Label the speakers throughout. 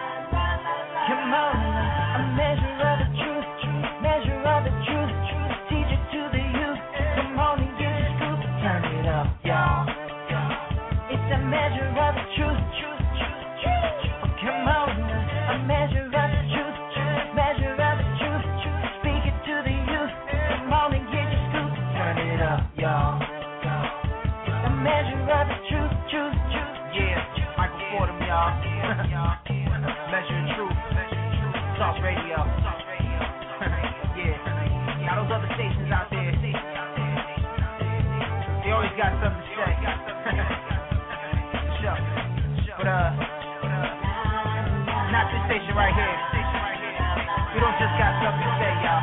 Speaker 1: Come on, a measure of the truth, truth, measure of the truth, truth, teach it to the youth. Come on and get the scoop, turn it up, y'all. It's a measure of the truth, truth, truth, truth. Come on, a measure of the truth, truth, measure of the truth, truth, speak it to the youth. Come on and get your scoop, turn it up, y'all. It's a measure of the truth, truth, truth. Yeah, Michael Fordham, y'all. measure of truth. Talk radio. yeah. Now those other stations out there, they always got something to say. sure. But uh, not this station right here. We don't just got something to say, y'all.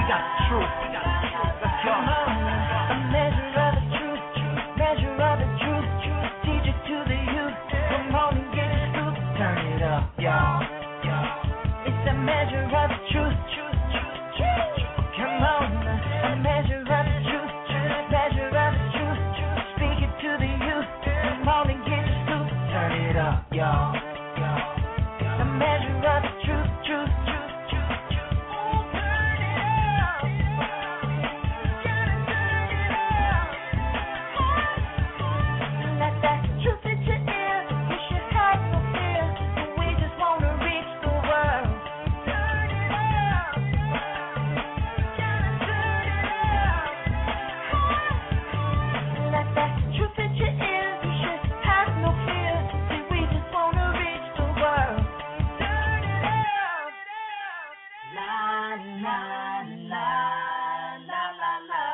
Speaker 1: We got the truth. Let's go. A measure of the truth, truth, measure of the truth, truth. Teach it to the youth. Come on and get your scoop. Turn it up, y'all. It's a measure of the truth, truth, truth, truth. Come on, a measure of the truth, truth, measure of the truth, truth. Speak it to the youth. Come on and get your scoop. Turn it up, y'all. It's a measure of the truth, truth, truth, truth, truth. Turn it up. Gotta turn it up. Let that truth hit your ear. You should have no fear. We just wanna reach the world. Turn it up. Gotta turn it up. Let that truth hit your ear. You should have no fear. See, we just wanna reach the world. Turn it up. La la la la la la.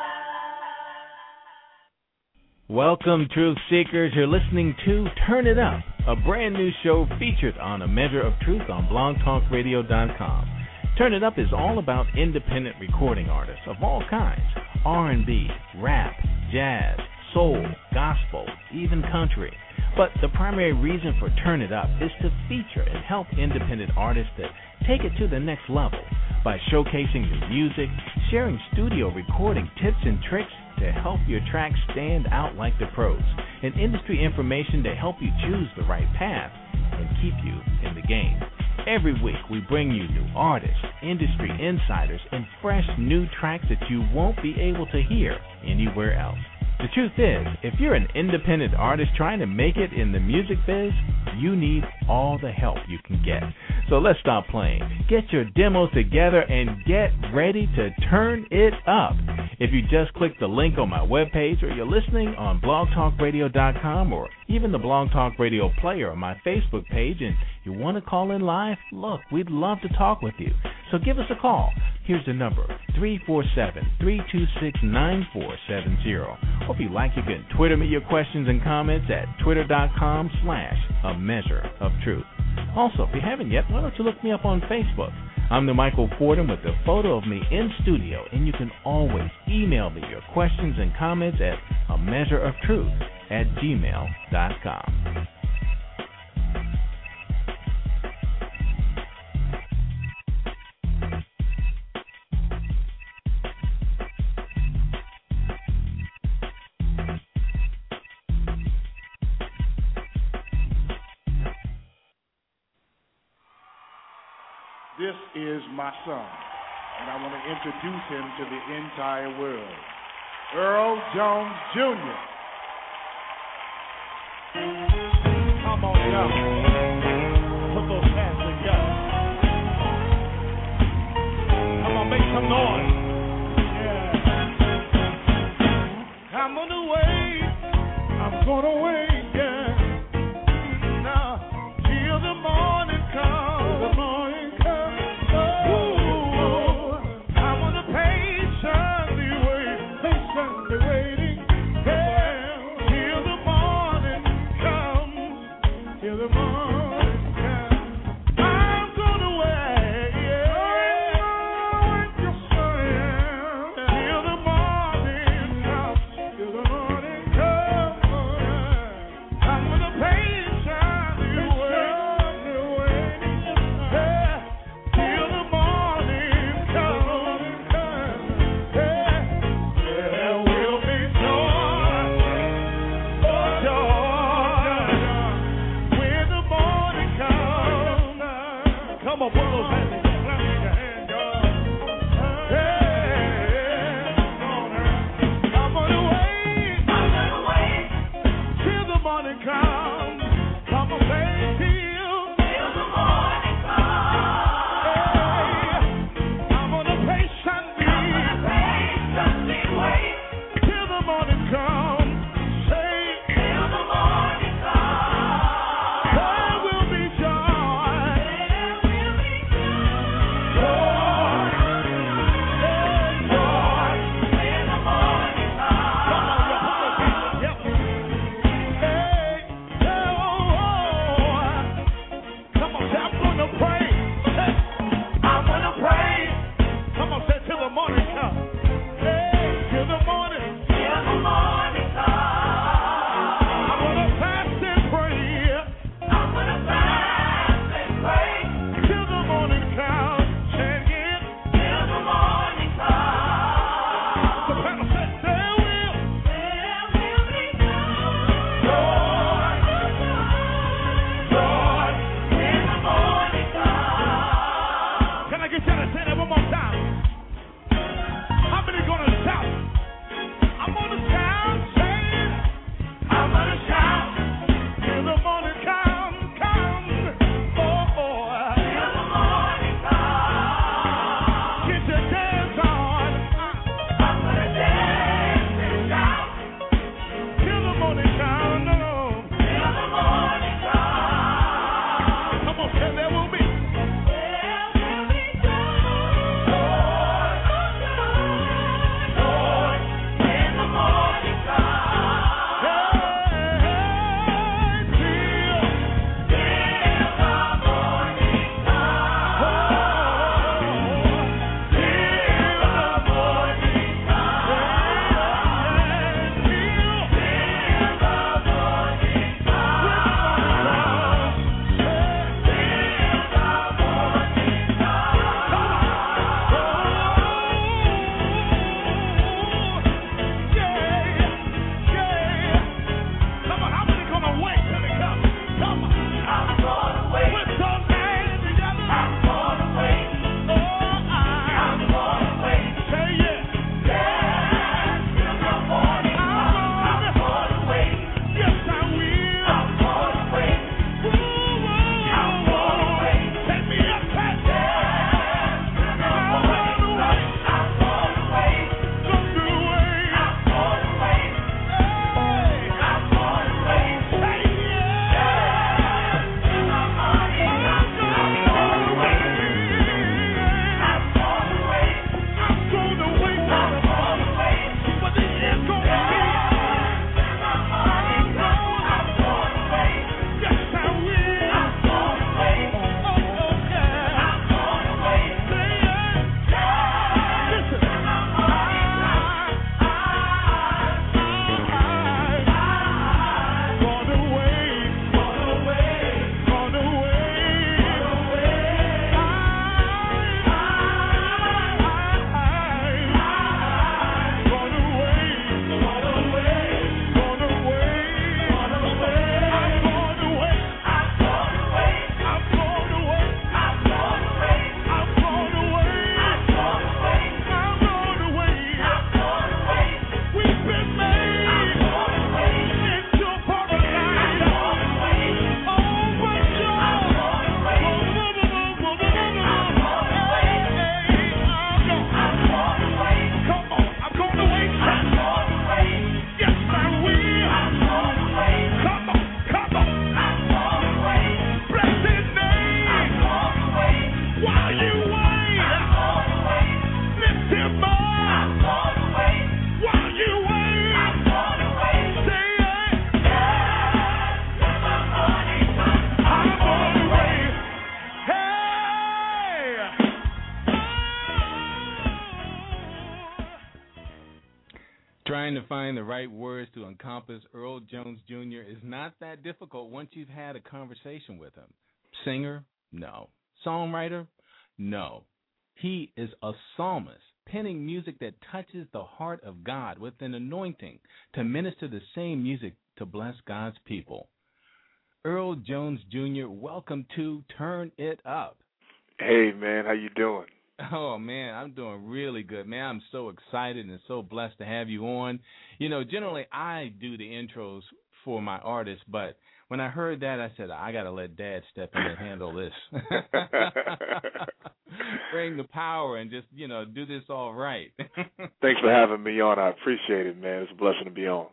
Speaker 2: Welcome, truth seekers. You're listening to Turn It Up, a brand new show featured on A Measure of Truth on blogtalkradio.com. Turn It Up is all about independent recording artists of all kinds: R&B, rap, jazz, soul, gospel, even country. But the primary reason for Turn It Up is to feature and help independent artists that take it to the next level by showcasing your music, sharing studio recording tips and tricks to help your tracks stand out like the pros, and industry information to help you choose the right path and keep you in the game. Every week, we bring you new artists, industry insiders, and fresh new tracks that you won't be able to hear anywhere else. The truth is, if you're an independent artist trying to make it in the music biz, you need all the help you can get. So let's stop playing. Get your demos together and get ready to turn it up. If you just click the link on my webpage or you're listening on blogtalkradio.com or even the Blog Talk Radio player on my Facebook page and you want to call in live, look, we'd love to talk with you. So give us a call. Here's the number 347 326 9470. Or if you like, you can Twitter me your questions and comments at twitter.com slash a measure of truth. Also, if you haven't yet, why don't you look me up on Facebook? I'm the Michael Fordham with a photo of me in studio, and you can always email me your questions and comments at a measure of truth at gmail.com.
Speaker 3: This is my son, and I want to introduce him to the entire world. Earl Jones Jr. Come on down. Put those hands together. Come on, make some noise. Yeah. I'm on the way. I'm going away.
Speaker 4: a world family. Clap your hands, y'all. Hey, on earth. I'm gonna wait till the morning comes. I'm gonna wait till. Hey, I'm gonna patiently till the morning comes. Say there will be joy. oh, Can I get you to say that one more time? How many gonna shout? I'm gonna shout, saying, I'm gonna shout. Till the morning comes, comes. Oh, oh. Till the morning comes. Get your dance on. I'm gonna dance and shout. Till the morning comes, no, no. Till the morning comes. Come on, say there will be.
Speaker 3: Oh, Oh, Trying to find the right words to encompass Earl Jones Jr. is not that difficult once you've had a conversation with him. Singer? No. Songwriter? No. He is a psalmist, penning music that touches the heart of God with an anointing to minister the same music to bless God's people. Earl Jones Jr., welcome to Turn It Up.
Speaker 5: Hey man, how you doing?
Speaker 2: Oh man, I'm doing really good, man. I'm so excited and so blessed to have you on. You know, generally I do the intros for my artists, but when I heard that, I said I got to let Dad step in and handle this. Bring the power and just you know do this all right.
Speaker 5: Thanks for having me on. I appreciate it, man. It's a blessing to be on.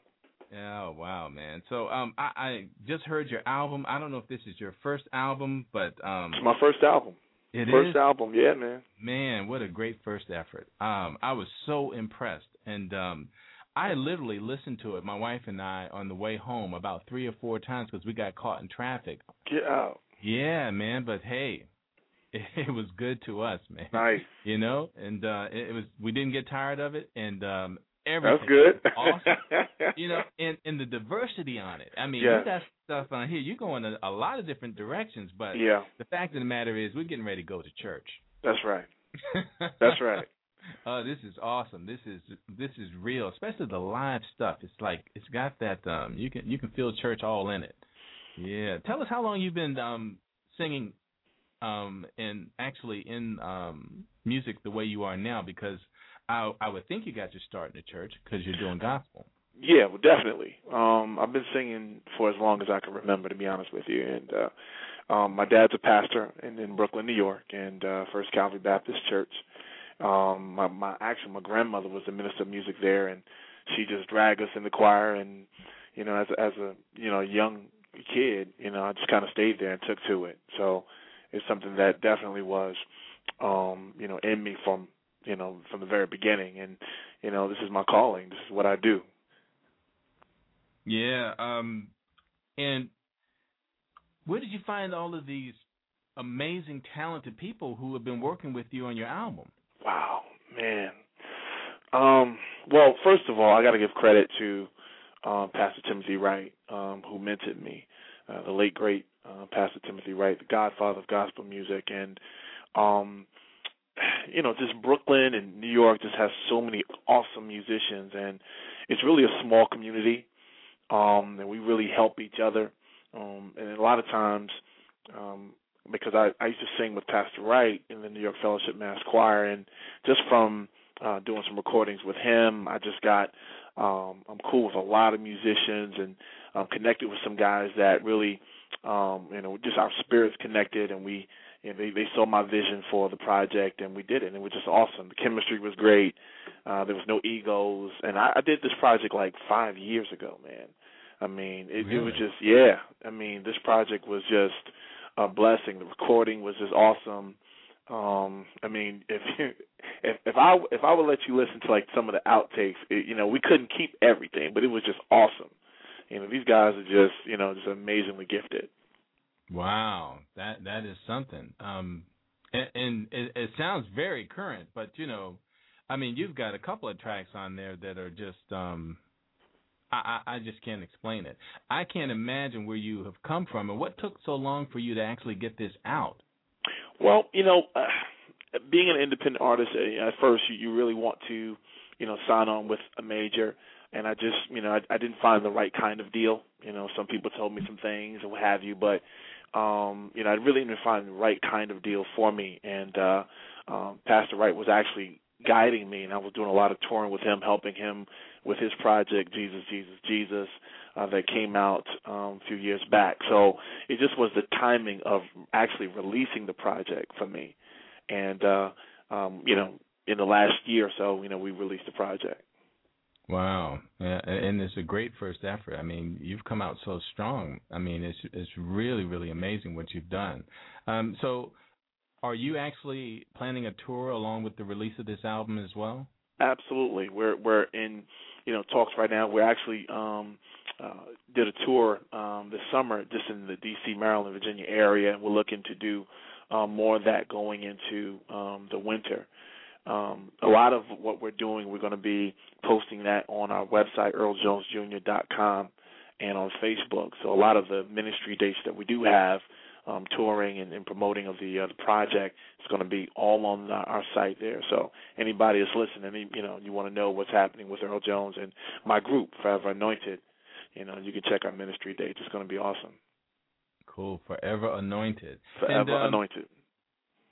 Speaker 2: Oh wow, man. So um, I, I just heard your album. I don't know if this is your first album, but um,
Speaker 5: It's my first album.
Speaker 2: it
Speaker 5: first
Speaker 2: is.
Speaker 5: album, yeah, man.
Speaker 2: Man, what a great first effort. Um, I was so impressed. And um, I literally listened to it, my wife and I, on the way home about three or four times because we got caught in traffic.
Speaker 5: Get out.
Speaker 2: Yeah, man, but hey, it was good to us, man.
Speaker 5: Nice.
Speaker 2: You know, and uh, it, it was we didn't get tired of it, and um, everything.
Speaker 5: That's good.
Speaker 2: Awesome. You know, and and the diversity on it. I mean,
Speaker 5: Yeah.
Speaker 2: you got stuff on here. You're going a, a lot of different directions, but
Speaker 5: yeah,
Speaker 2: the fact of the matter is, we're getting ready to go to church.
Speaker 5: that's right. That's right.
Speaker 2: Oh, this is awesome. This is this is real, especially the live stuff. It's like it's got that um you can you can feel church all in it. Yeah. Tell us how long you've been um singing um and actually in um music the way you are now because I I would think you got your start in the church because you're doing gospel.
Speaker 5: Yeah, well, definitely. Um, I've been singing for as long as I can remember, to be honest with you. And uh, um, my dad's a pastor in, in Brooklyn, New York, and uh, First Calvary Baptist Church. Um, my, my actually, my grandmother was the minister of music there, and she just dragged us in the choir. And you know, as a, as a you know young kid, you know, I just kind of stayed there and took to it. So it's something that definitely was, um, you know, in me from you know from the very beginning. And you know, this is my calling. This is what I do.
Speaker 2: Yeah. Um and where did you find all of these amazing talented people who have been working with you on your album?
Speaker 5: Wow, man. Um, well, first of all, I got to give credit to um, Pastor Timothy Wright, um, who mentored me, uh, the late great uh, Pastor Timothy Wright, the Godfather of gospel music, and um, you know, just Brooklyn and New York just has so many awesome musicians, and it's really a small community, um, and we really help each other, um, and a lot of times. Um, because I, I used to sing with Pastor Wright in the New York Fellowship Mass Choir, and just from uh, doing some recordings with him, I just got um, I'm cool with a lot of musicians, and um, connected with some guys that really, um, you know, just our spirits connected, and we you know, they they saw my vision for the project, and we did it, and it was just awesome. The chemistry was great. Uh, there was no egos, and I, I did this project like five years ago, man. I mean, it, it
Speaker 2: Really?
Speaker 5: was just yeah. I mean, this project was just a blessing. The recording was just awesome. Um, I mean, if you, if if I if I would let you listen to like some of the outtakes, it, you know, we couldn't keep everything, but it was just awesome. You know, these guys are just you know just amazingly gifted.
Speaker 2: Wow, that that is something. Um, and, and it, it sounds very current, but you know, I mean, you've got a couple of tracks on there that are just um, I, I I just can't explain it. I can't imagine where you have come from and what took so long for you to actually get this out.
Speaker 5: Well, you know, uh, being an independent artist uh, at first, you, you really want to, you know, sign on with a major. And I just, you know, I, I didn't find the right kind of deal. You know, some people told me some things and what have you, but, um, you know, I really didn't find the right kind of deal for me. And uh, um, Pastor Wright was actually guiding me, and I was doing a lot of touring with him, helping him with his project, Jesus, Jesus, Jesus, uh, that came out um, a few years back. So, it just was the timing of actually releasing the project for me and uh um you know in the last year or so you know we released the project
Speaker 2: Wow, yeah, and and it's a great first effort. I mean, you've come out so strong. I mean, it's it's really really amazing what you've done. Um, so, are you actually planning a tour along with the release of this album as well?
Speaker 5: absolutely we're we're in you know talks right now we're actually um uh did a tour um this summer just in the DC Maryland Virginia area and we're looking to do um more of that going into um the winter um a lot of what we're doing we're going to be posting that on our website earljonesjr.com and on Facebook so a lot of the ministry dates that we do have um, touring and, and promoting of the uh, the project is going to be all on the, our site there. So anybody that's listening, you know, you want to know what's happening with Earl Jones and my group, Forever Anointed, you know, you can check our ministry dates. It's going to be awesome.
Speaker 2: Cool, forever anointed.
Speaker 5: Forever
Speaker 2: And, um,
Speaker 5: Anointed.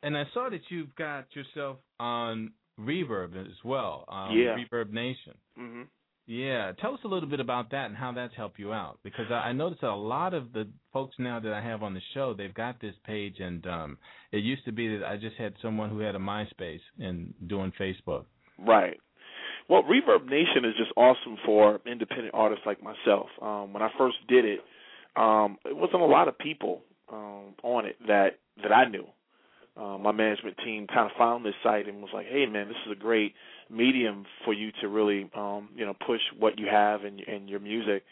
Speaker 2: And I saw that you've got yourself on Reverb as well. Um,
Speaker 5: Yeah.
Speaker 2: Reverb Nation.
Speaker 5: hmm
Speaker 2: Yeah, tell us a little bit about that and how that's helped you out because I, I noticed that a lot of the folks now that I have on the show they've got this page and um it used to be that I just had someone who had a MySpace and doing Facebook.
Speaker 5: Right. Well, Reverb Nation is just awesome for independent artists like myself. Um, when I first did it, um, it wasn't a lot of people um, on it that that I knew. Uh, my management team kind of found this site and was like, "Hey, man, this is a great medium for you to really, um, you know, push what you have and and your music."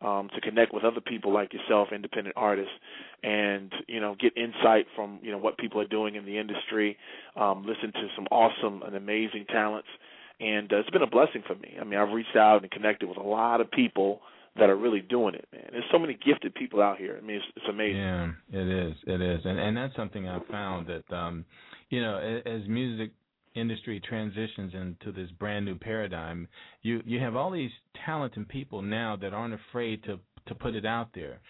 Speaker 5: Um, to connect with other people like yourself, independent artists, and you know get insight from you know what people are doing in the industry, um, listen to some awesome and amazing talents, and uh, it's been a blessing for me. I mean, I've reached out and connected with a lot of people that are really doing it, man. There's so many gifted people out here. I mean, it's, it's amazing.
Speaker 2: Yeah, it is. It is. And and that's something I found that um you know, a- as music industry transitions into this brand new paradigm, you you have all these talented people now that aren't afraid to to put it out there.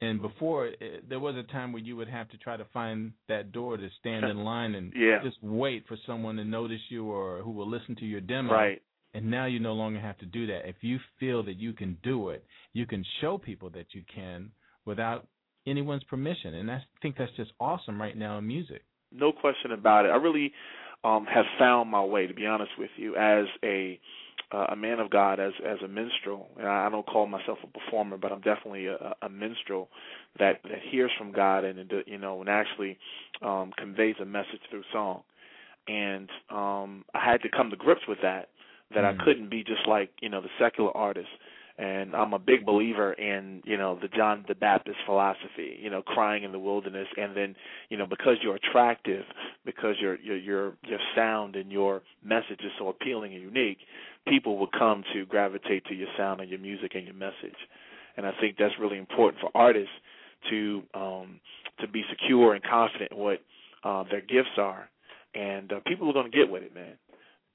Speaker 2: And before it, there was a time where you would have to try to find that door to stand in line and
Speaker 5: Yeah.
Speaker 2: just wait for someone to notice you or who will listen to your demo.
Speaker 5: Right.
Speaker 2: And now you no longer have to do that. If you feel that you can do it, you can show people that you can without anyone's permission. And that's, I think that's just awesome right now in music.
Speaker 5: no question about it. I really um have found my way to be honest with you as a uh, a man of God as as a minstrel. And I, I don't call myself a performer, but I'm definitely a, a minstrel that that hears from God and and, you know and actually um conveys a message through song. And um I had to come to grips with that that
Speaker 2: Mm.
Speaker 5: I couldn't be just like, you know, the secular artist and I'm a big believer in you know the John the Baptist philosophy, you know, crying in the wilderness, and then you know because you're attractive, because your your your your sound and your message is so appealing and unique, people will come to gravitate to your sound and your music and your message, and I think that's really important for artists to um to be secure and confident in what uh, their gifts are, and uh, people are going to get with it, man.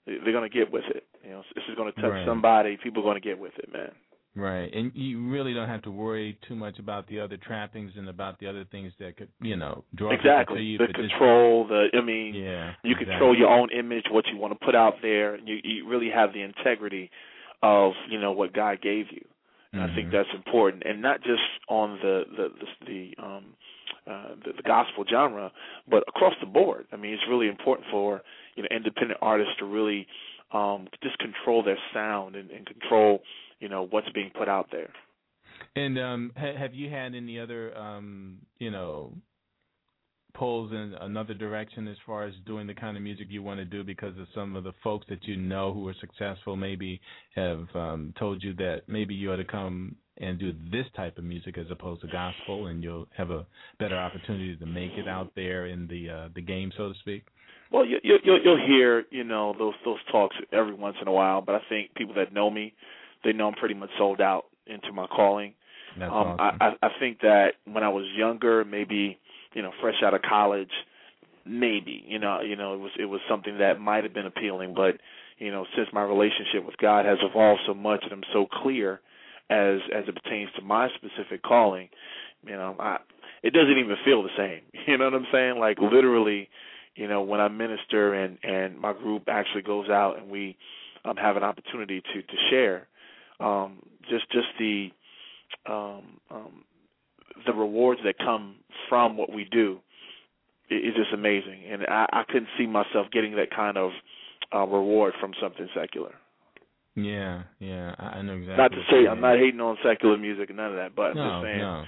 Speaker 5: They- They're going to get with it. You know, this is going to touch
Speaker 2: Right.
Speaker 5: somebody. People are going to get with it, man.
Speaker 2: Right. And you really don't have to worry too much about the other trappings and about the other things that could, you know, draw people to
Speaker 5: Exactly.
Speaker 2: you.
Speaker 5: The
Speaker 2: but just-
Speaker 5: control, the I mean,
Speaker 2: yeah.
Speaker 5: you control your own image, what you want to put out there. You you really have the integrity of you know what God gave you. And I think
Speaker 2: Mhm.
Speaker 5: that's important, and not just on the the the, the um uh the, the gospel genre, but across the board. I mean, it's really important for you know independent artists to really um just control their sound and, and control you know what's being put out there.
Speaker 2: And um, ha- have you had any other, um, you know, pulls in another direction as far as doing the kind of music you want to do because of some of the folks that you know who are successful maybe have um, told you that maybe you ought to come and do this type of music as opposed to gospel and you'll have a better opportunity to make it out there in the uh, the game so to speak.
Speaker 5: Well, you, you, you'll you'll hear you know those those talks every once in a while, but I think people that know me, they know I'm pretty much sold out into my calling.
Speaker 2: That's
Speaker 5: um,
Speaker 2: awesome.
Speaker 5: I, I I think that when I was younger, maybe you know fresh out of college, maybe you know you know it was it was something that might have been appealing, but you know since my relationship with God has evolved so much and I'm so clear as as it pertains to my specific calling, you know I it doesn't even feel the same. You know what I'm saying? Like literally, you know when I minister and and my group actually goes out and we um have an opportunity to to share um just just the um, um, the rewards that come from what we do i- is just amazing, and I, I couldn't see myself getting that kind of uh, reward from something secular.
Speaker 2: yeah, yeah, I, I know exactly.
Speaker 5: Not to
Speaker 2: what you
Speaker 5: say I'm
Speaker 2: mean.
Speaker 5: not hating on secular music and none of that, but
Speaker 2: No,
Speaker 5: I'm just saying
Speaker 2: no.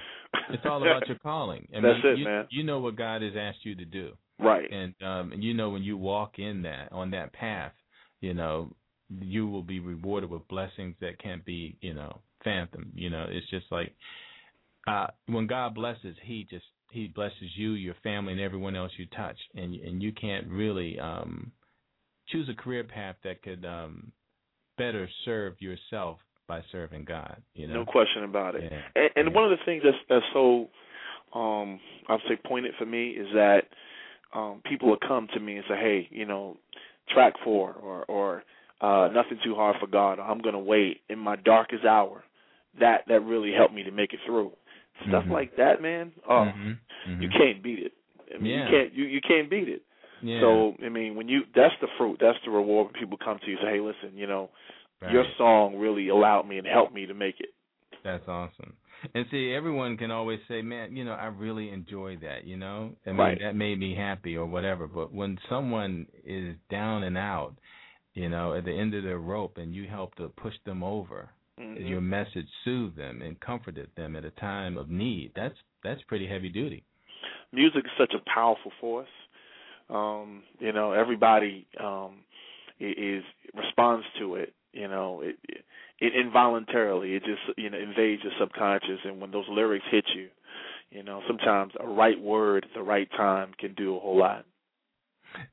Speaker 2: It's all about your calling. I
Speaker 5: That's
Speaker 2: mean,
Speaker 5: it,
Speaker 2: you,
Speaker 5: man.
Speaker 2: You know what God has asked you to do.
Speaker 5: right.
Speaker 2: and um and you know when you walk in that on that path you know you will be rewarded with blessings that can't be you know phantom you know it's just like uh when god blesses he just he blesses you your family and everyone else you touch and and you can't really um choose a career path that could um better serve yourself by serving god you know
Speaker 5: No question about it.
Speaker 2: Yeah,
Speaker 5: And, and
Speaker 2: yeah.
Speaker 5: one of the things that's that's so um I'd say pointed for me is that um people will come to me and say, Hey, you know, track four or or uh nothing too hard for God or I'm gonna wait in my darkest hour. That that really helped me to make it through. Stuff
Speaker 2: Mhm.
Speaker 5: like that, man. Oh
Speaker 2: Mhm, mhm.
Speaker 5: you can't beat it. I mean,
Speaker 2: Yeah.
Speaker 5: you can't you, you can't beat it.
Speaker 2: Yeah.
Speaker 5: So I mean, when you that's the fruit, that's the reward when people come to you and say, "Hey, listen, you know,
Speaker 2: Right.
Speaker 5: your song really allowed me and helped me to make it."
Speaker 2: That's awesome. And see, everyone can always say, "Man, you know, I really enjoy that." You know, I mean,
Speaker 5: Right.
Speaker 2: that made me happy or whatever. But when someone is down and out, you know, at the end of their rope, and you help to push them over,
Speaker 5: Mhm.
Speaker 2: your message soothed them and comforted them at a time of need. That's that's pretty heavy duty.
Speaker 5: music is such a powerful force. Um, you know, everybody um, i- is responds to it. You know, it, it it involuntarily it just you know invades your subconscious, and when those lyrics hit you, you know, sometimes a right word at the right time can do a whole lot.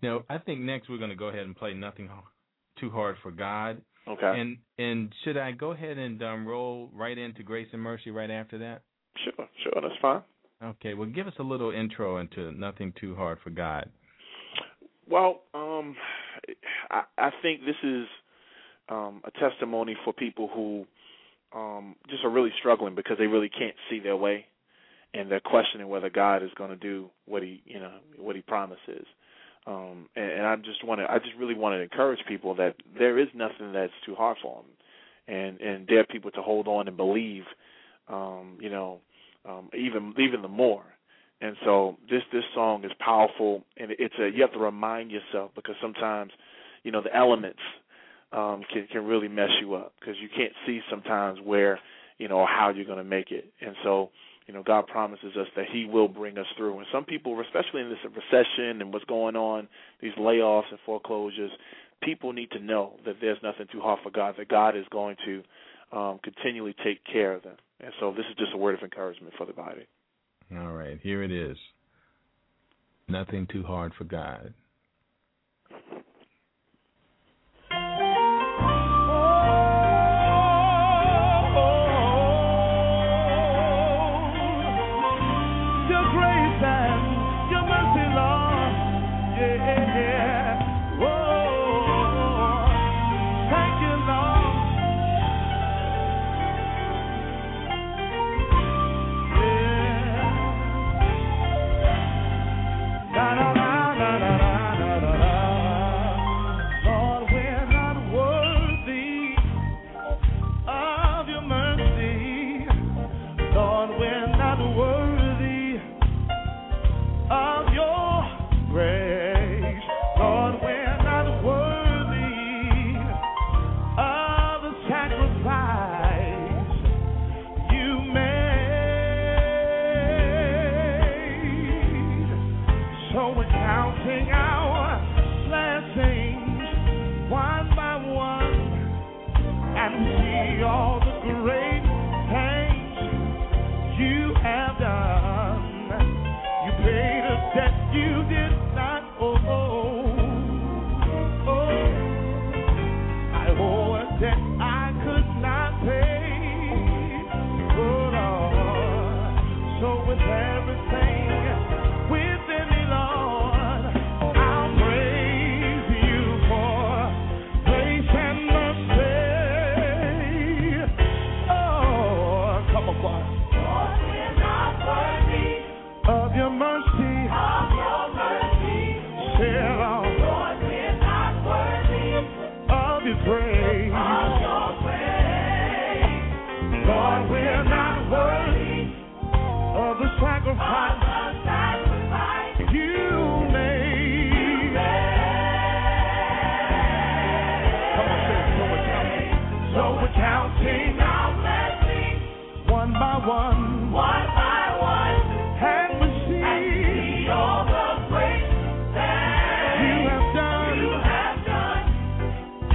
Speaker 2: Now, I think next we're going to go ahead and play nothing Ho- too hard for God.
Speaker 5: Okay,
Speaker 2: And and should I go ahead and um, roll right into Grace and Mercy right after that?
Speaker 5: sure, sure, that's fine.
Speaker 2: Okay, well, give us a little intro into Nothing Too Hard for God.
Speaker 5: Well, um, I, I think this is um, a testimony for people who um, just are really struggling because they really can't see their way, and they're questioning whether God is going to do what he, you know, what he promises. Um, and, and I just want to, I just really want to encourage people that there is nothing that's too hard for them, and and dare people to hold on and believe, um, you know, um, even even the more. And so this this song is powerful, and it's a you have to remind yourself because sometimes, you know, the elements um, can can really mess you up because you can't see sometimes where you know how you're going to make it. And so you know God promises us that He will bring us through. And some people, especially in this recession and what's going on, these layoffs and foreclosures, people need to know that there's nothing too hard for God. That God is going to um, continually take care of them. And so this is just a word of encouragement for the body.
Speaker 2: All right, here it is. Nothing Too Hard for God.
Speaker 3: Your grace and your mercy, Lord. Yeah. Oh, thank you, Lord. Yeah. La la la la la la la la. Lord, we're not worthy of your mercy. Lord, we're not worthy of your grace. Lord, we're not worthy of the sacrifice you made. So we're counting our blessings one by one and see all the great things you have done. You paid a debt you did not owe. Oh, I owe a debt I could not pay. Oh, Lord. So with everything within me, Lord, I'll praise you for grace and mercy. Oh, come on, choir. Of your mercy, of your mercy, share Lord, of your grace, of your grace. Lord, we're not worthy of the sacrifice. you made. Come on, sing it, so we're counting. So we're counting our blessings one by one. One by one. And we see, all the great things you have done. You have done.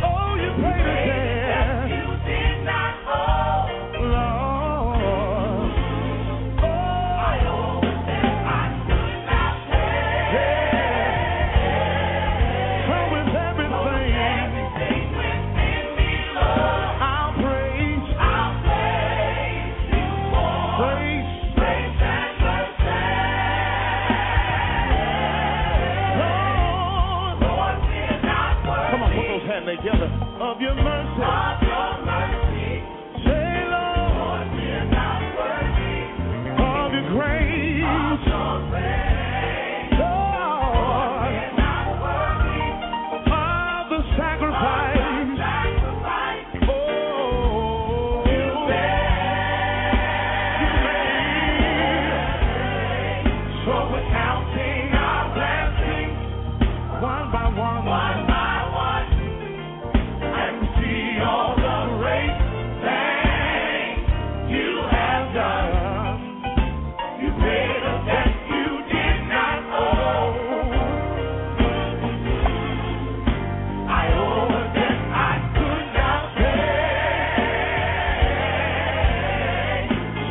Speaker 3: Oh, you paid a debt. You did not owe. Lord. Oh, I owe a debt I could not pay. So with everything. everything within me, Lord. I'll praise. I'll praise you for. Praise. Praise and mercy. Lord. Lord, we're not worthy. Come on, put those hands together. Of your mercy. Of your mercy. Say, Lord. Lord, we're not worthy. Of your grace. Of your grace.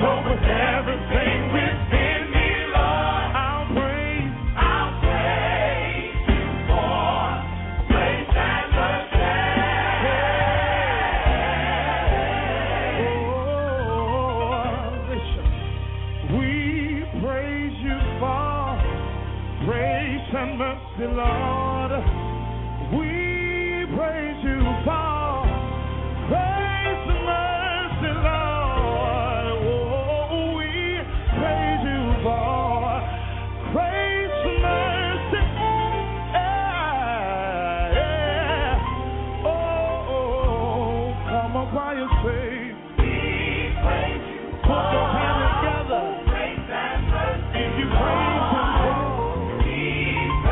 Speaker 3: everything within me, Lord. I'll praise, I'll praise you for grace and mercy. Oh, we praise you for grace and mercy, Lord. We praise you for grace and mercy, Lord. Oh, we praise you for grace and mercy. Yeah, yeah. Oh, come on, by your faith. We praise you. Put your hands together. Grace and mercy. If you praise him, Lord.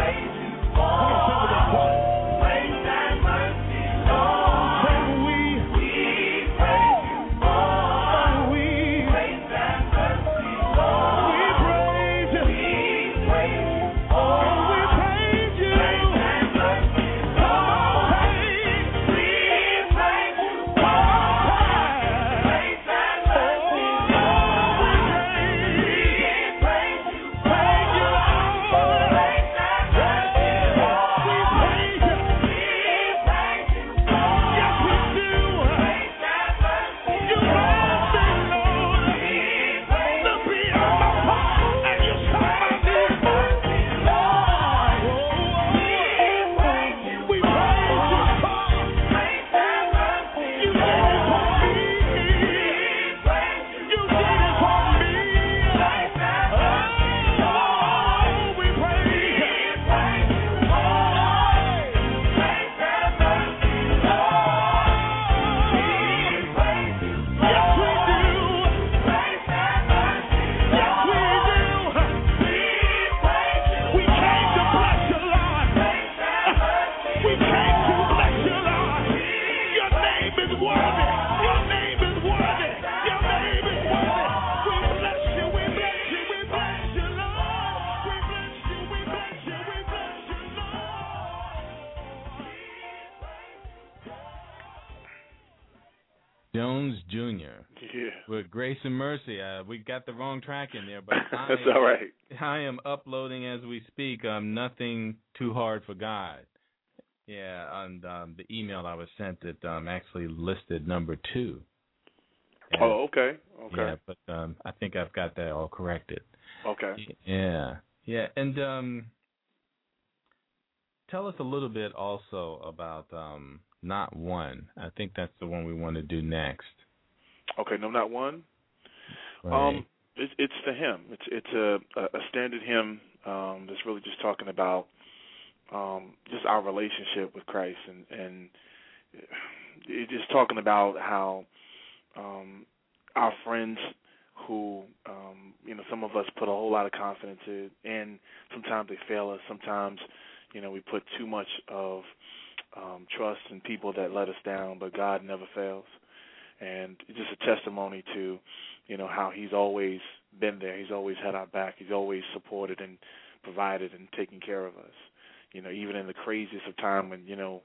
Speaker 2: Jones Jr.
Speaker 5: Yeah.
Speaker 2: with Grace and Mercy. Uh, we got the wrong track in there, but I,
Speaker 5: That's all right.
Speaker 2: I am uploading as we speak. Um, nothing too hard for God. Yeah, and um, the email I was sent that um, actually listed number two. And,
Speaker 5: Oh, okay. Okay.
Speaker 2: Yeah, but um, I think I've got that all corrected.
Speaker 5: Okay.
Speaker 2: Yeah, yeah, and um, tell us a little bit also about um, not one. I think that's the one we want to do next.
Speaker 5: Okay. No, not one.
Speaker 2: right?
Speaker 5: Um, it's it's the hymn. It's it's a a a standard hymn um, that's really just talking about um, just our relationship with Christ, and and it's just talking about how um, our friends who um, you know some of us put a whole lot of confidence in, and sometimes they fail us. Sometimes you know we put too much of um, trust in people that let us down, but God never fails, and it's just a testimony to you know how he's always been there he's always had our back he's always supported and provided and taken care of us you know even in the craziest of time when you know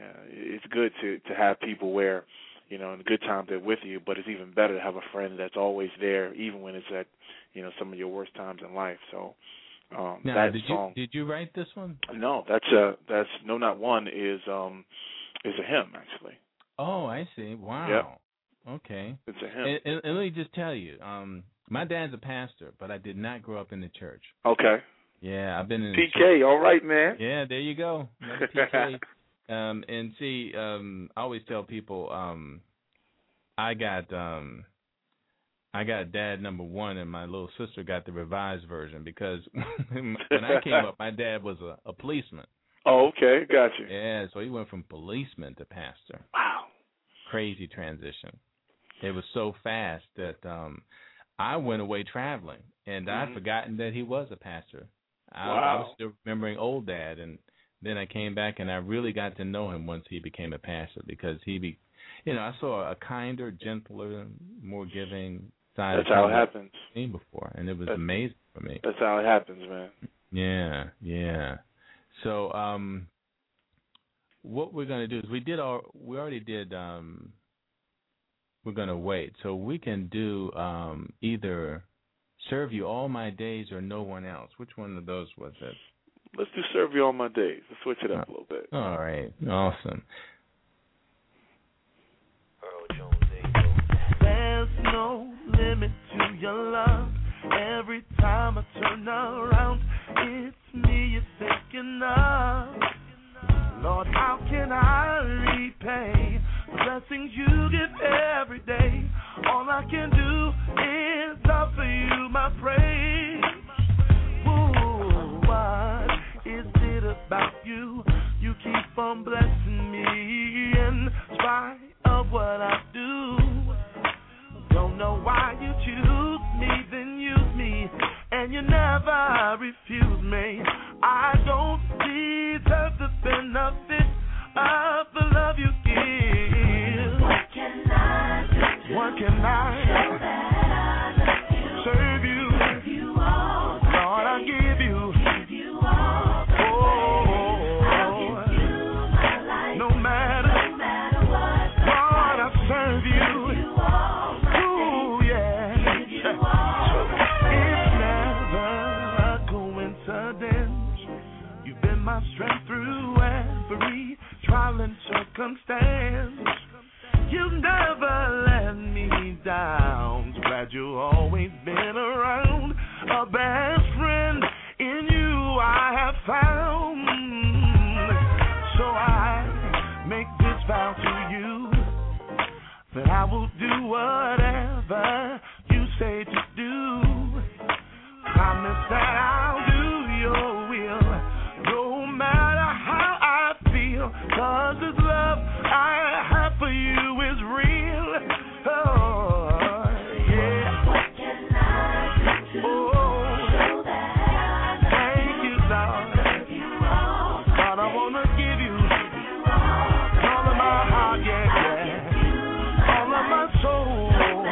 Speaker 5: uh, it's good to to have people where you know in the good times they're with you but it's even better to have a friend that's always there even when it's at you know some of your worst times in life so um
Speaker 2: Now,
Speaker 5: that
Speaker 2: did
Speaker 5: song
Speaker 2: you did you write this one?
Speaker 5: no that's a that's no not one is um is a hymn actually
Speaker 2: Oh, I see. Wow. Okay.
Speaker 5: it's a hymn
Speaker 2: And, and, and let me just tell you, um, my dad's a pastor, but I did not grow up in the church.
Speaker 5: okay
Speaker 2: Yeah, I've been in the church.
Speaker 5: pk all right man
Speaker 2: Yeah, there you go. Another PK. um, and see, um, I always tell people, um, I got, um, I got dad number one, and my little sister got the revised version because when I came up, my dad was a, a policeman.
Speaker 5: oh okay got you
Speaker 2: Yeah, so he went from policeman to pastor.
Speaker 5: wow
Speaker 2: crazy transition. It was so fast that um I went away traveling and
Speaker 5: Mhm.
Speaker 2: I'd forgotten that he was a pastor. I, I
Speaker 5: Wow.
Speaker 2: was still remembering old dad and then I came back and I really got to know him once he became a pastor because he be you know, I saw a kinder, gentler, more giving side
Speaker 5: that's
Speaker 2: of
Speaker 5: how
Speaker 2: him
Speaker 5: it
Speaker 2: I'd
Speaker 5: happens
Speaker 2: seen before and it was
Speaker 5: That's-
Speaker 2: amazing for me.
Speaker 5: That's how it happens, man.
Speaker 2: Yeah, yeah. So um what we're gonna do is we did our we already did um we're gonna wait. So we can do um either Serve You All My Days or No One Else. Which one of those was it?
Speaker 5: Let's do serve you all my days. Let's switch
Speaker 2: Uh-huh.
Speaker 5: it up a little bit.
Speaker 2: All right. Awesome.
Speaker 1: There's no limit to your love. Every time I turn around, it's me you're thinking of. Lord, how can I repay the blessings you give every day? All I can do is offer you my praise. Ooh, what is it about you? You keep on blessing me in spite of what I do. Don't know why you choose me, then use me, and you never refuse me. I don't deserve the benefit of the love you give. What can I do? What can I do? Serve you. Lord, I give you. Oh, No matter, Lord, I serve you. Ooh, yeah. It's never a coincidence. You've been my strength through every trial and circumstance. You never let me down. Glad you always been around. A best friend in you I have found. So I make this vow to you that I will do whatever you say to do. Promise that I'll do your will, no matter how I feel. Cause this love I have for you is real. Oh, yeah. Oh, thank you, Lord. Lord, I wanna give you all of my heart, yeah, yeah all of my soul.
Speaker 3: Oh,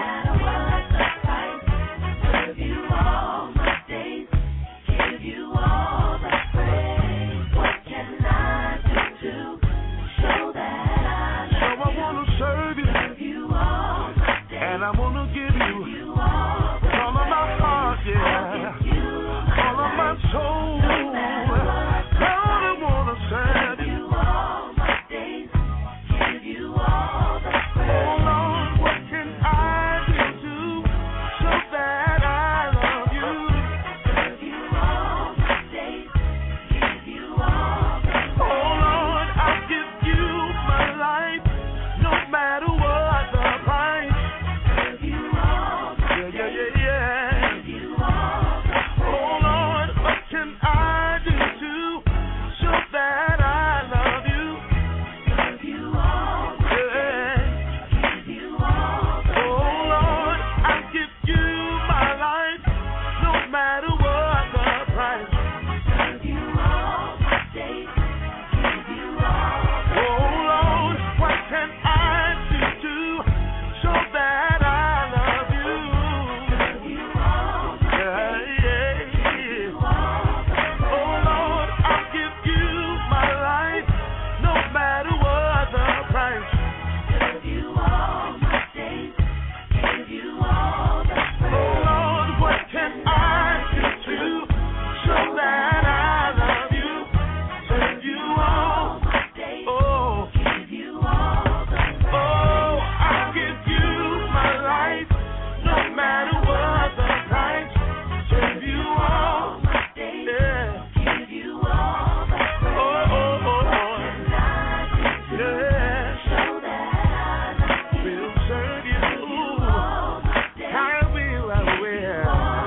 Speaker 3: Oh, Oh,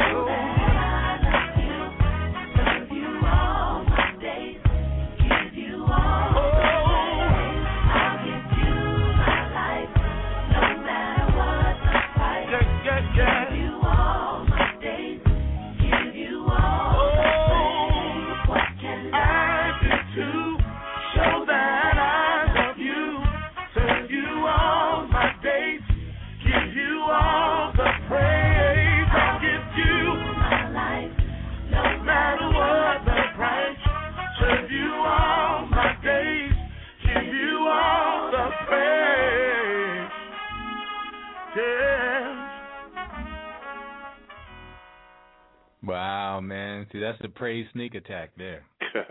Speaker 3: Oh,
Speaker 2: Wow, man. See, that's the praise sneak attack there.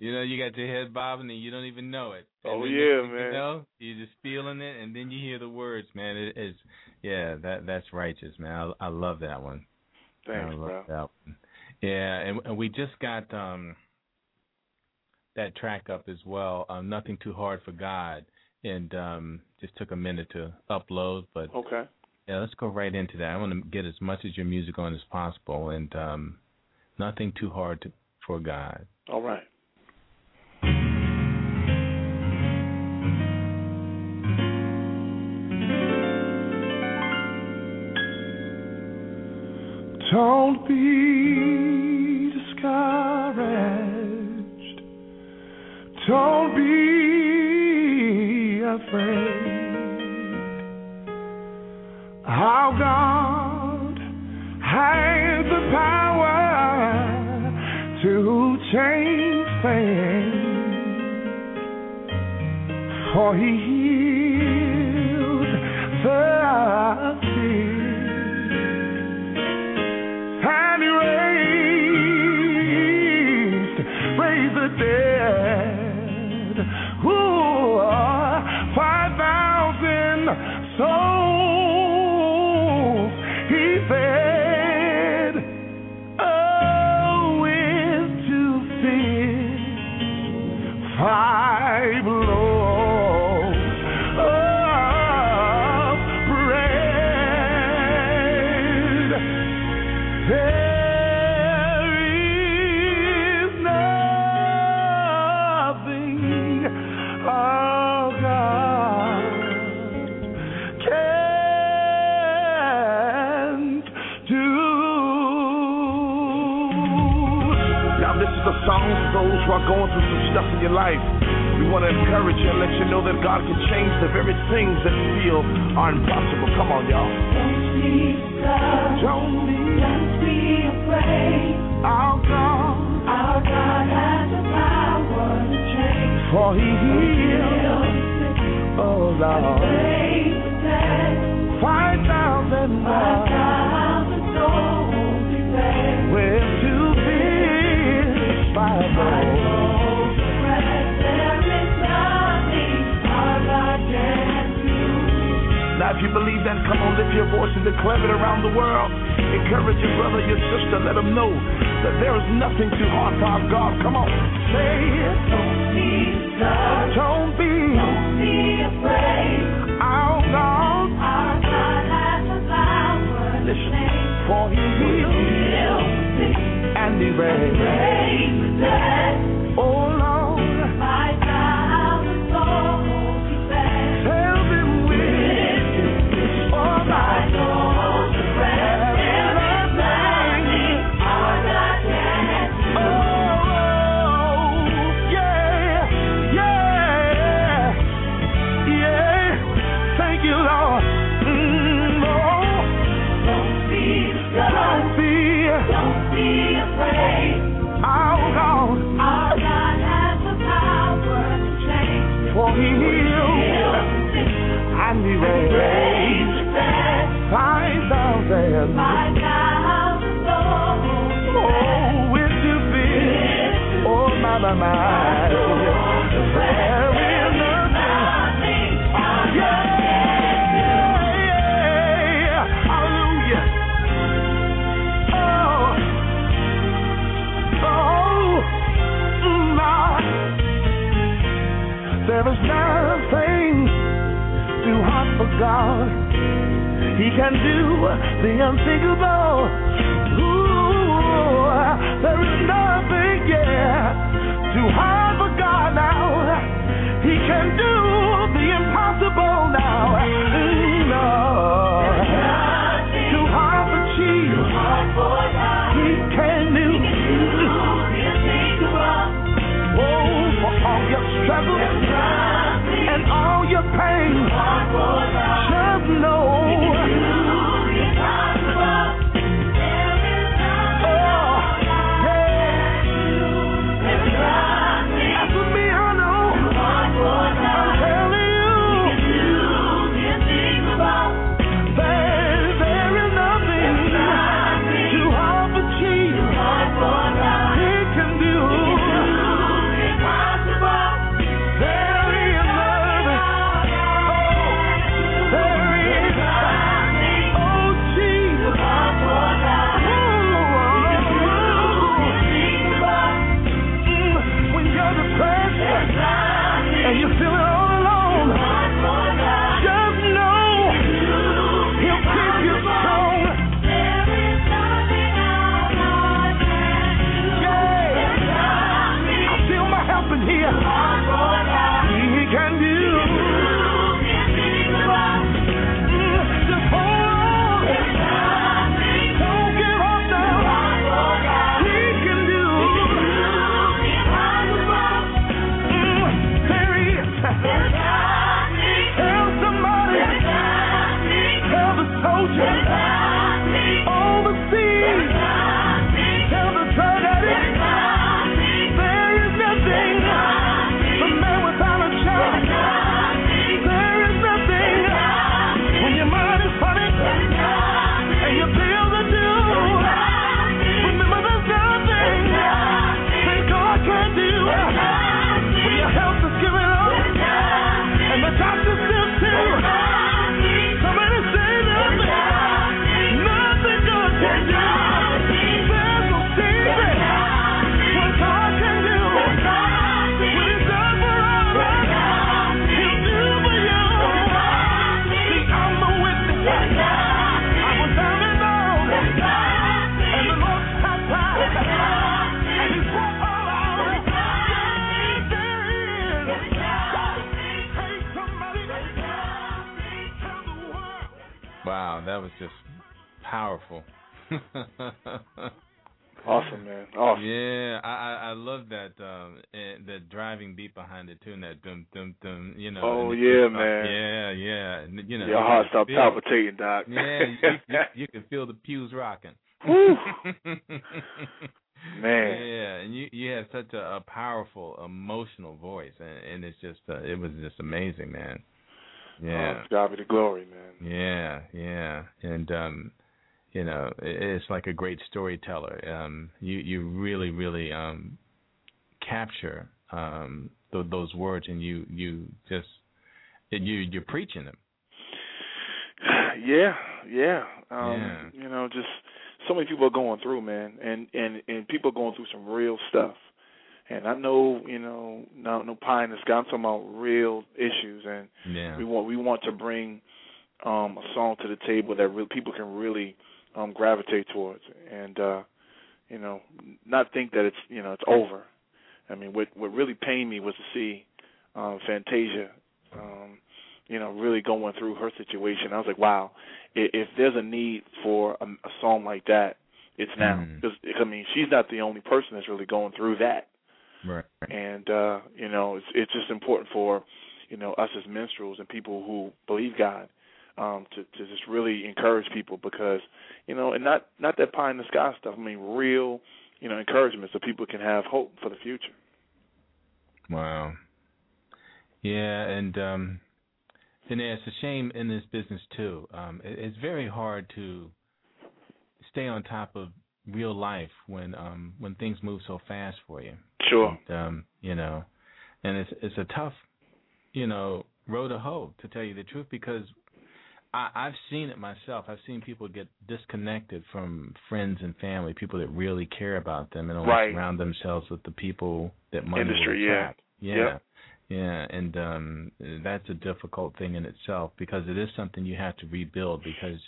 Speaker 2: you know, you got your head bobbing and you don't even know it.
Speaker 5: Oh,
Speaker 2: And then
Speaker 5: yeah,
Speaker 2: you,
Speaker 5: man.
Speaker 2: You know, you're just feeling it, and then you hear the words, man. It is, yeah, that that's righteous, man. I, I love that one. I
Speaker 5: Thanks,
Speaker 2: love
Speaker 5: bro.
Speaker 2: that one. Yeah, and, and we just got um that track up as well. Um, Nothing too hard for God, and um just took a minute to upload, but
Speaker 5: Okay.
Speaker 2: yeah, let's go right into that. I want to get as much of your music on as possible, and um, nothing too hard to, for God.
Speaker 5: All right.
Speaker 1: Don't be discouraged. Don't be afraid. How God has the power to change things. For He heals the sick and he raised, raised the dead. Ooh, five thousand souls he fed. Oh, with two fish, five loaves of bread. There is nothing oh our God can't do.
Speaker 3: Now this is a song for those who are going through some stuff in your life. We want to encourage you and let you know that God can change the very things that you feel are impossible. Come on, y'all. Don't be our God, for He heals. Oh Lord, five thousand with two fish, five loaves. Now, if you believe that, come on, lift your voice and declare it around the world. Encourage your brother, your sister. Let them know that there is nothing too hard for our God. Come on, say it. Don't be our God, for He heals and He reigns. Oh Lord, tell them with all my Oh, yeah, yeah, yeah. Thank you, Lord. Mm, Lord, don't be our God, for He heals and He reigns. Five thousand. Oh, with you be. Oh, my, my, my. There is nothing. Yeah. Hallelujah. Oh. Oh. My. There is nothing too hard for God. He can do the unthinkable. Ooh, there is nothing, yeah, too hard for God now. He can do the impossible now. Mm, No, too hard for Jesus. He can do. Oh, for all your struggles and all your pain, just know. Oh, yeah.
Speaker 2: was just powerful.
Speaker 5: Awesome, man. Awesome.
Speaker 2: Yeah, I, I I love that um and the driving beat behind it too, and that dum dum dum. You know.
Speaker 5: Oh,
Speaker 2: and
Speaker 5: yeah,
Speaker 2: it's like,
Speaker 5: man.
Speaker 2: Yeah, yeah. and, You know.
Speaker 5: Your
Speaker 2: you
Speaker 5: heart
Speaker 2: can
Speaker 5: stopped
Speaker 2: feel-
Speaker 5: palpitating, Doc.
Speaker 2: Yeah, you, you, you can feel the pews rocking.
Speaker 5: Whew. Man.
Speaker 2: Yeah, and you you have such a, a powerful emotional voice, and, and it's just uh, it was just amazing, man. Yeah.
Speaker 5: Oh, to God be the glory, man.
Speaker 2: Yeah, yeah, and um, you know, i- it's like a great storyteller. Um, you you really really um, capture um th- those words, and you you just and you you're preaching them.
Speaker 5: Yeah, yeah. Um,
Speaker 2: Yeah.
Speaker 5: you know, just so many people are going through, man, and and and people are going through some real stuff. And I know, you know, no no pie in the sky. I'm talking about real issues, and
Speaker 2: Yeah,
Speaker 5: we want we want to bring um, a song to the table that real people can really um, gravitate towards, and uh, you know, not think that it's you know it's over. I mean, what what really pained me was to see um, Fantasia, um, you know, really going through her situation. I was like, wow, if, if there's a need for a, a song like that, it's now.
Speaker 2: Mm.
Speaker 5: Because I mean, she's not the only person that's really going through that
Speaker 2: right.
Speaker 5: and uh you know it's it's just important for you know us as minstrels and people who believe god um to to just really encourage people because you know and not not that pie in the sky stuff i mean real you know encouragement so people can have hope for the future
Speaker 2: Wow. Yeah, and um and yeah, it's a shame in this business too. Um it, it's very hard to stay on top of real life when um when things move so fast for you.
Speaker 5: sure
Speaker 2: And, um, you know, and it's it's a tough, you know, road to hoe to tell you the truth because I, I've seen it myself. I've seen people get disconnected from friends and family, people that really care about them, and only
Speaker 5: Right.
Speaker 2: surround themselves with the people that money
Speaker 5: Industry,
Speaker 2: will
Speaker 5: yeah.
Speaker 2: attract. Yeah.
Speaker 5: Yep.
Speaker 2: Yeah, and um that's a difficult thing in itself because it is something you have to rebuild because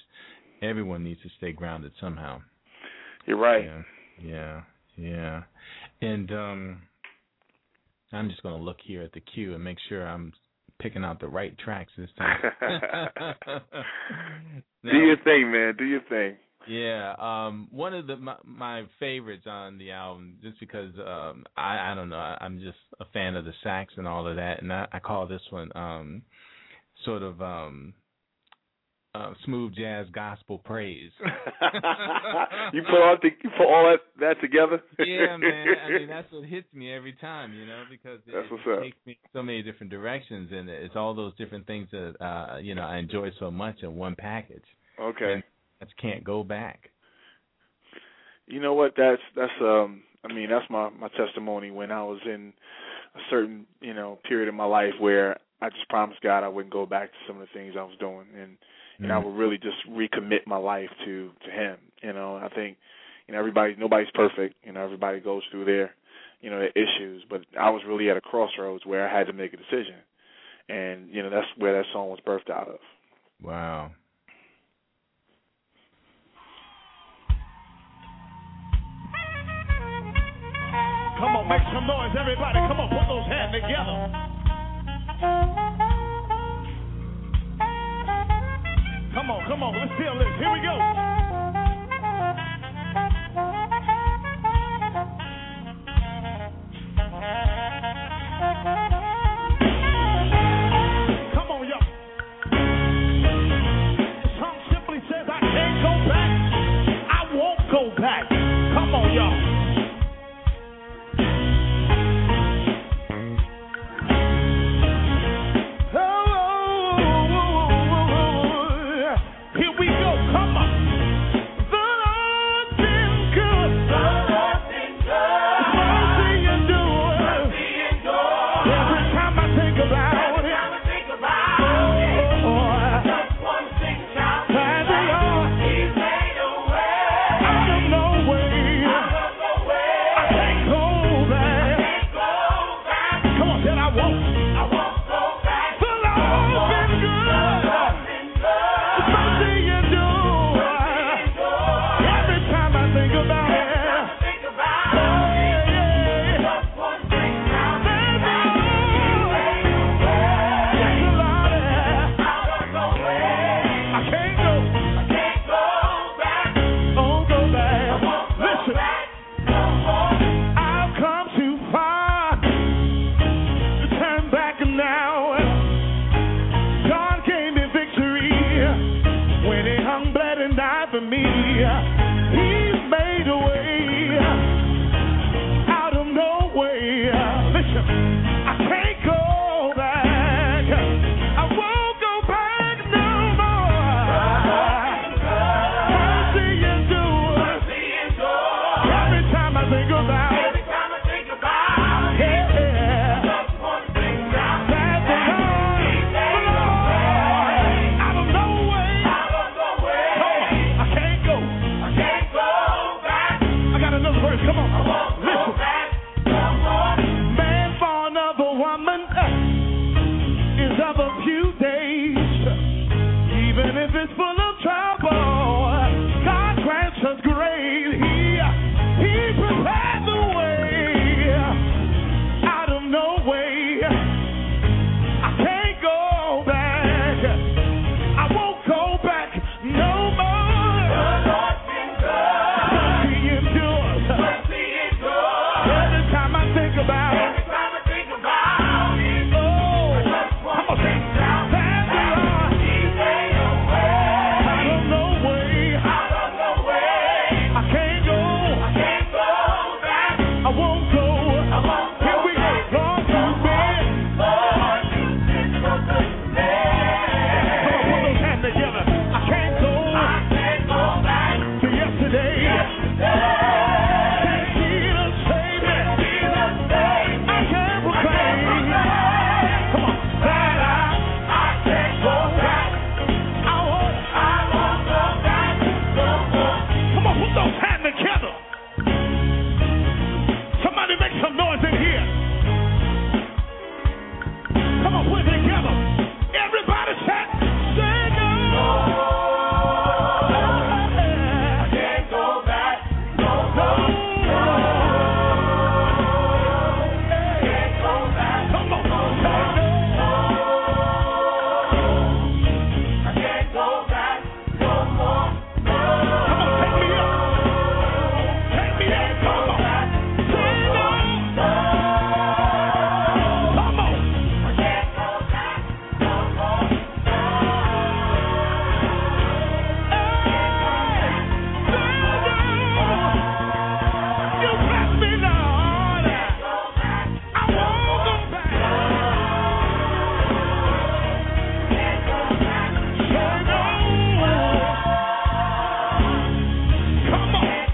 Speaker 2: everyone needs to stay grounded somehow.
Speaker 5: you're right
Speaker 2: Yeah, yeah, yeah. And um, I'm just gonna look here at the queue and make sure I'm picking out the right tracks this time. Now,
Speaker 5: do your thing man do your thing
Speaker 2: yeah, um, one of the my, my favorites on the album, just because um, I I don't know, I, I'm just a fan of the sax and all of that, and I, I call this one um, sort of um, uh, smooth jazz gospel praise.
Speaker 5: you put all the, you put all that that together
Speaker 2: yeah, man. I mean, that's what hits me every time, you know, because it,
Speaker 5: That's
Speaker 2: it
Speaker 5: what's
Speaker 2: just
Speaker 5: up.
Speaker 2: takes me so many different directions, and it's all those different things that uh, you know I enjoy so much in one package.
Speaker 5: okay
Speaker 2: I just can't go back.
Speaker 5: You know what? That's that's um. I mean, that's my my testimony when I was in a certain you know period of my life where I just promised God I wouldn't go back to some of the things I was doing, and and
Speaker 2: Mm.
Speaker 5: I would really just recommit my life to to Him. You know, I think you know everybody nobody's perfect. You know, everybody goes through their you know their issues, but I was really at a crossroads where I had to make a decision, and you know that's where that song was birthed out of.
Speaker 2: Mm. Wow.
Speaker 3: Come on, make some noise, everybody. Come on, put those hands together. Come on, come on, let's feel this. Here we go. Come on, y'all. Some simply says, I can't go back. I won't go back. Come on, y'all. Oh, here we go. Come on. uh,
Speaker 6: Cause great he, he prepared the way out of no way. I can't go back. I won't go back no more. The Lord's been good. Mercy endures. Mercy endures. Every time I think about it. Every time I think about it. Oh. I just want to think about Out of no way. Out of no way. I can't go. I can't go back. I won't go. I won't go Here we go. Lord, you've been. Lord, you've been so good to me. Come on, put those hands together. I can't go. I can't go back to yesterday. Saint Jesus, save me. I can't proclaim. Come on. That I, I can't go back. I won't, I won't go back no more.
Speaker 3: Come on, put those hands together. Somebody make some noise in here. Come on, put it together. Everybody shout, say no.
Speaker 6: I can't go back, no, no, no. I can't go back,
Speaker 3: Come on,
Speaker 6: I can't go back, no
Speaker 3: come on,
Speaker 6: more.
Speaker 3: take me up. Take me up, come on. Say no. Come on.
Speaker 6: I can't go back, no more.
Speaker 3: You bless me, Lord. I won't go back. Say no. Come on. Hey.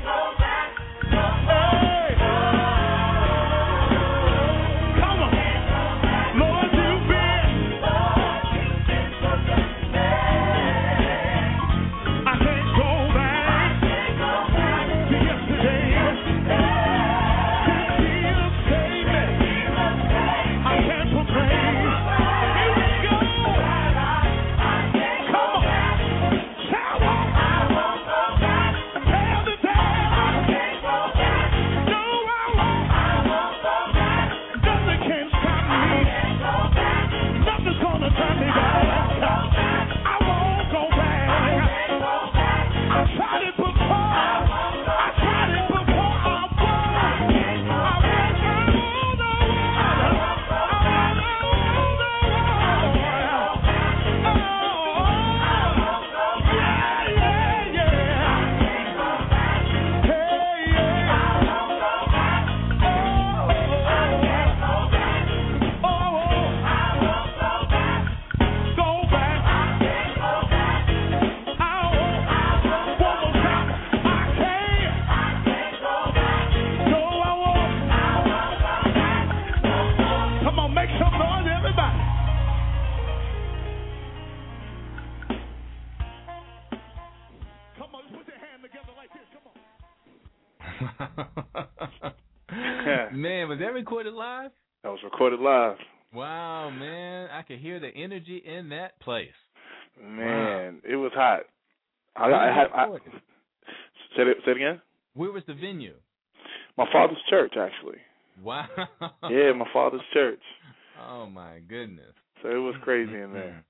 Speaker 3: Come on. Lord, you've been. I can't go back to yesterday. Since Jesus saved me, I can't proclaim. Here we go. Come on. Shout out. Tell the devil. No, I won't. Nothing can stop me. Nothing's gonna turn me down. I won't go back. I tried it before. I tried it before. I won't. I won't. Oh, Go back. I won't. One more time. I can't. No, I won't. Come on, make some noise, everybody. Come on, just put your hand together like this. Come on.
Speaker 2: man, was that recorded live?
Speaker 5: That was recorded live.
Speaker 2: Wow, man, I could hear the energy in that place.
Speaker 5: Man, it was hot. I,
Speaker 2: Where
Speaker 5: I,
Speaker 2: was
Speaker 5: had.
Speaker 2: it
Speaker 5: I,
Speaker 2: recorded?
Speaker 5: say it. Say it again.
Speaker 2: Where was the venue?
Speaker 5: My father's church, actually.
Speaker 2: Wow.
Speaker 5: Yeah, my father's church.
Speaker 2: Oh my goodness. Mm-hmm.
Speaker 5: So it was crazy in there.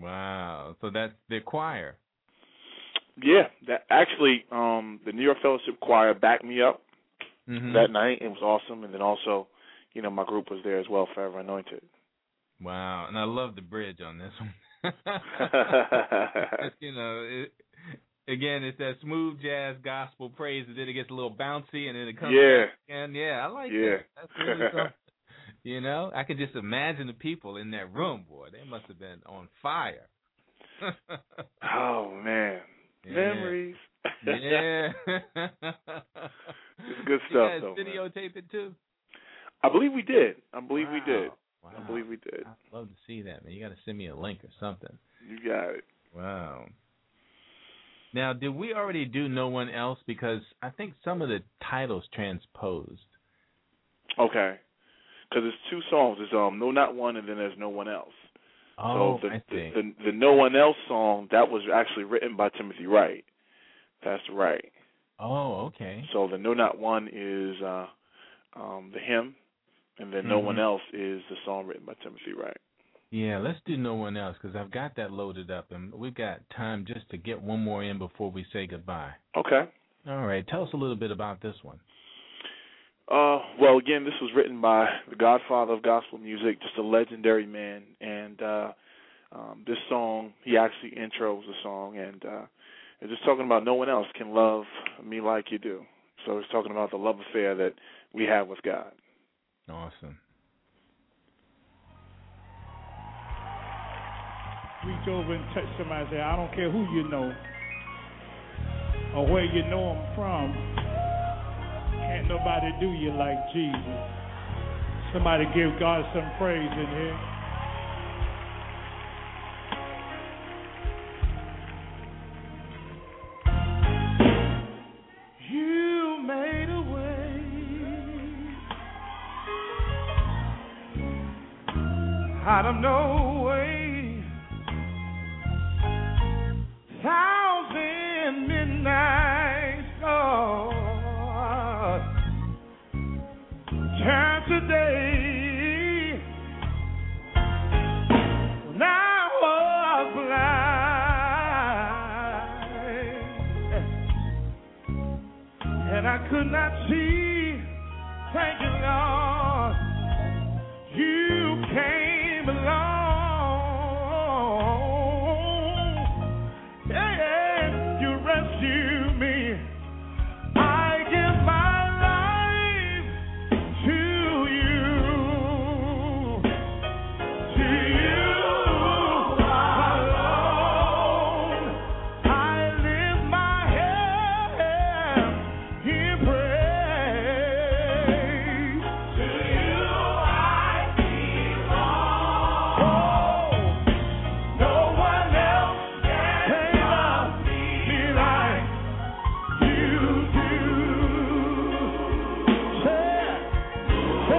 Speaker 2: Wow. So that's the choir.
Speaker 5: Yeah, that actually, um, the New York Fellowship Choir backed me up
Speaker 2: Mhm.
Speaker 5: that night. It was awesome, and then also, you know, my group was there as well, Forever Anointed.
Speaker 2: Wow, and I love the bridge on this one. you know, it, again, it's that smooth jazz gospel praise, and then it gets a little bouncy, and then it comes.
Speaker 5: yeah,
Speaker 2: And yeah, I like
Speaker 5: Yeah.
Speaker 2: that. That's really something. You know, I could just imagine the people in that room, boy. They must have been on fire.
Speaker 5: oh man,
Speaker 2: Yeah.
Speaker 5: memories.
Speaker 2: Yeah.
Speaker 5: It's good
Speaker 2: You
Speaker 5: stuff,
Speaker 2: guys
Speaker 5: though, man.
Speaker 2: videotape it too.
Speaker 5: I believe we did. I believe we did.
Speaker 2: Wow.
Speaker 5: I believe we did.
Speaker 2: I'd love to see that, man. You got to send me a link or something.
Speaker 5: You got it.
Speaker 2: Wow. Now, did we already do no one else? Because I think some of the titles transposed.
Speaker 5: Okay, because it's two songs. It's um, no, not one, and then there's no one else.
Speaker 2: Oh,
Speaker 5: so the,
Speaker 2: I see.
Speaker 5: The, the the no one else song that was actually written by Timothy Wright, Pastor Wright.
Speaker 2: Oh, okay.
Speaker 5: So the No Not One is uh, um, the hymn, and then No
Speaker 2: Mhm.
Speaker 5: One Else is the song written by Timothy Wright.
Speaker 2: Yeah, let's do no one else because I've got that loaded up, and we've got time just to get one more in before we say goodbye.
Speaker 5: Okay.
Speaker 2: All right, tell us a little bit about this one.
Speaker 5: Uh, well, again, this was written by the godfather of gospel music, just a legendary man. And uh, um, this song, he actually intros the song, and uh, it's just talking about no one else can love me like you do. So it's talking about the love affair that we have with God.
Speaker 2: Awesome.
Speaker 6: Reach over and touch somebody and say, I don't care who you know or where you know them from. Can't nobody do you like Jesus. Somebody give God some praise in here. You made a way out of no way thousand midnights, Lord. Turn today when I was blind and I could not see. Thank you, Lord. You came along yeah, you rescue me. I give my life to you. To you alone. I lift my hands in praise. To you I belong. Oh. No one else can love me like you do. Hey, hey. No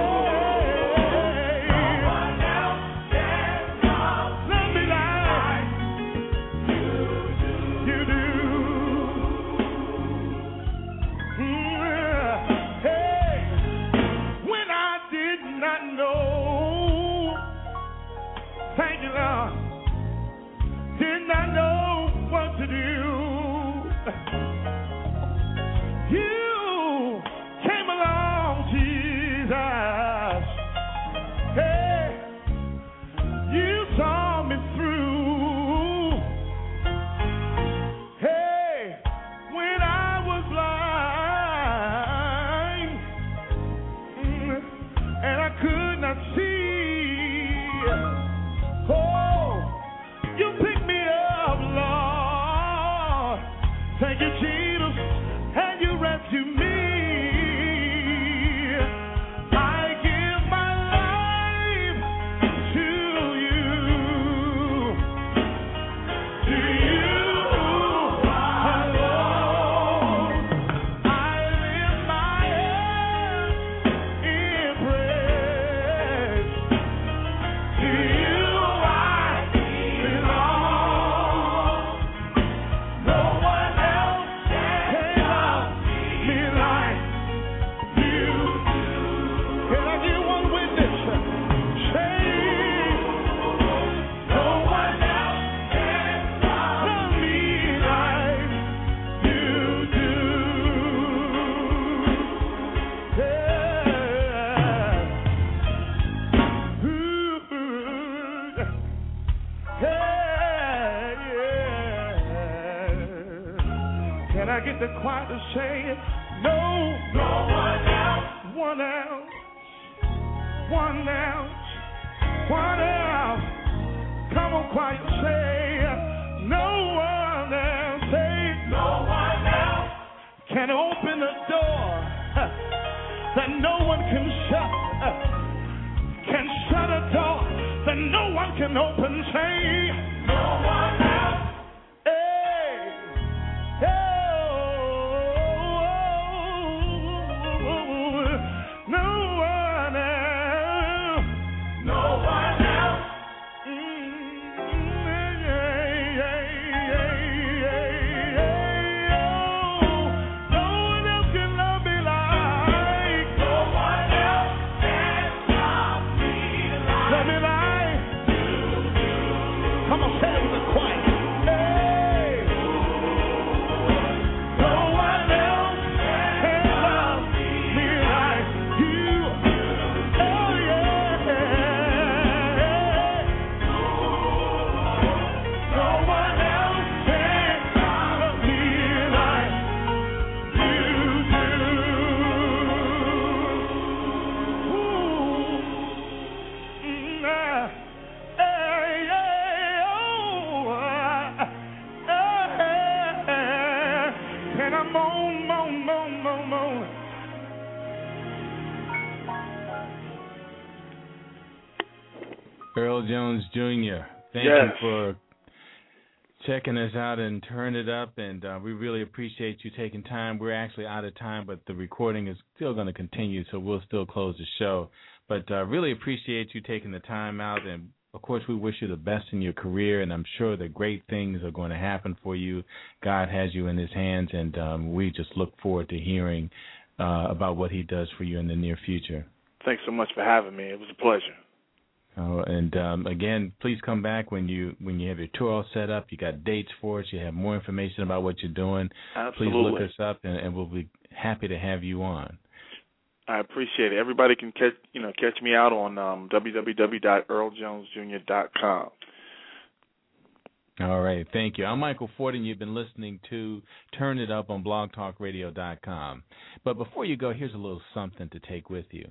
Speaker 6: one else can love me like you do. Hey, when I did not know, thank you, Lord did not know what to do. You came along, Jesus. Hey, you saw me through. Hey, when I was blind mm, and I could not see. Oh, you pick me up, Lord. Thank you, Jesus, and you rescue me. I give my life to you. To you alone. I lift my hands in praise. To you I belong. No one else can love me like you do. Can I get one witness? Say, no one else can love me like you do. Yeah. Hey, yeah. Can I get the choir to say it? No, no one else, one else, one else, one else. Come on, choir, say it. no one else, say no one else can open the door huh, that no one can shut. huh can shut a door that no one can open. Say, no one else. Hey, oh, no one else. No one else. Mm, yeah, yeah, yeah, yeah, yeah, oh, no Oh, oh,
Speaker 2: Earl Jones Jr. Thank
Speaker 5: Yes.
Speaker 2: you for checking us out and turn it up, and uh, we really appreciate you taking time. We're actually out of time, but the recording is still going to continue, so we'll still close the show. But uh, really appreciate you taking the time out, and of course, we wish you the best in your career, and I'm sure that great things are going to happen for you. God has you in His hands, and um, we just look forward to hearing uh, about what He does for you in the near future.
Speaker 5: Thanks so much for having me. It was a pleasure.
Speaker 2: Oh, and um, again, please come back when you when you have your tour all set up. You got dates for it. You have more information about what you're doing.
Speaker 5: Absolutely.
Speaker 2: Please look us up, and, and we'll be happy to have you on.
Speaker 5: I appreciate it. Everybody can catch you know catch me out on um, www.earljonesjr.com.
Speaker 2: All right, thank you. I'm Michael Ford, and you've been listening to Turn It Up on blogtalkradio.com. But before you go, here's a little something to take with you.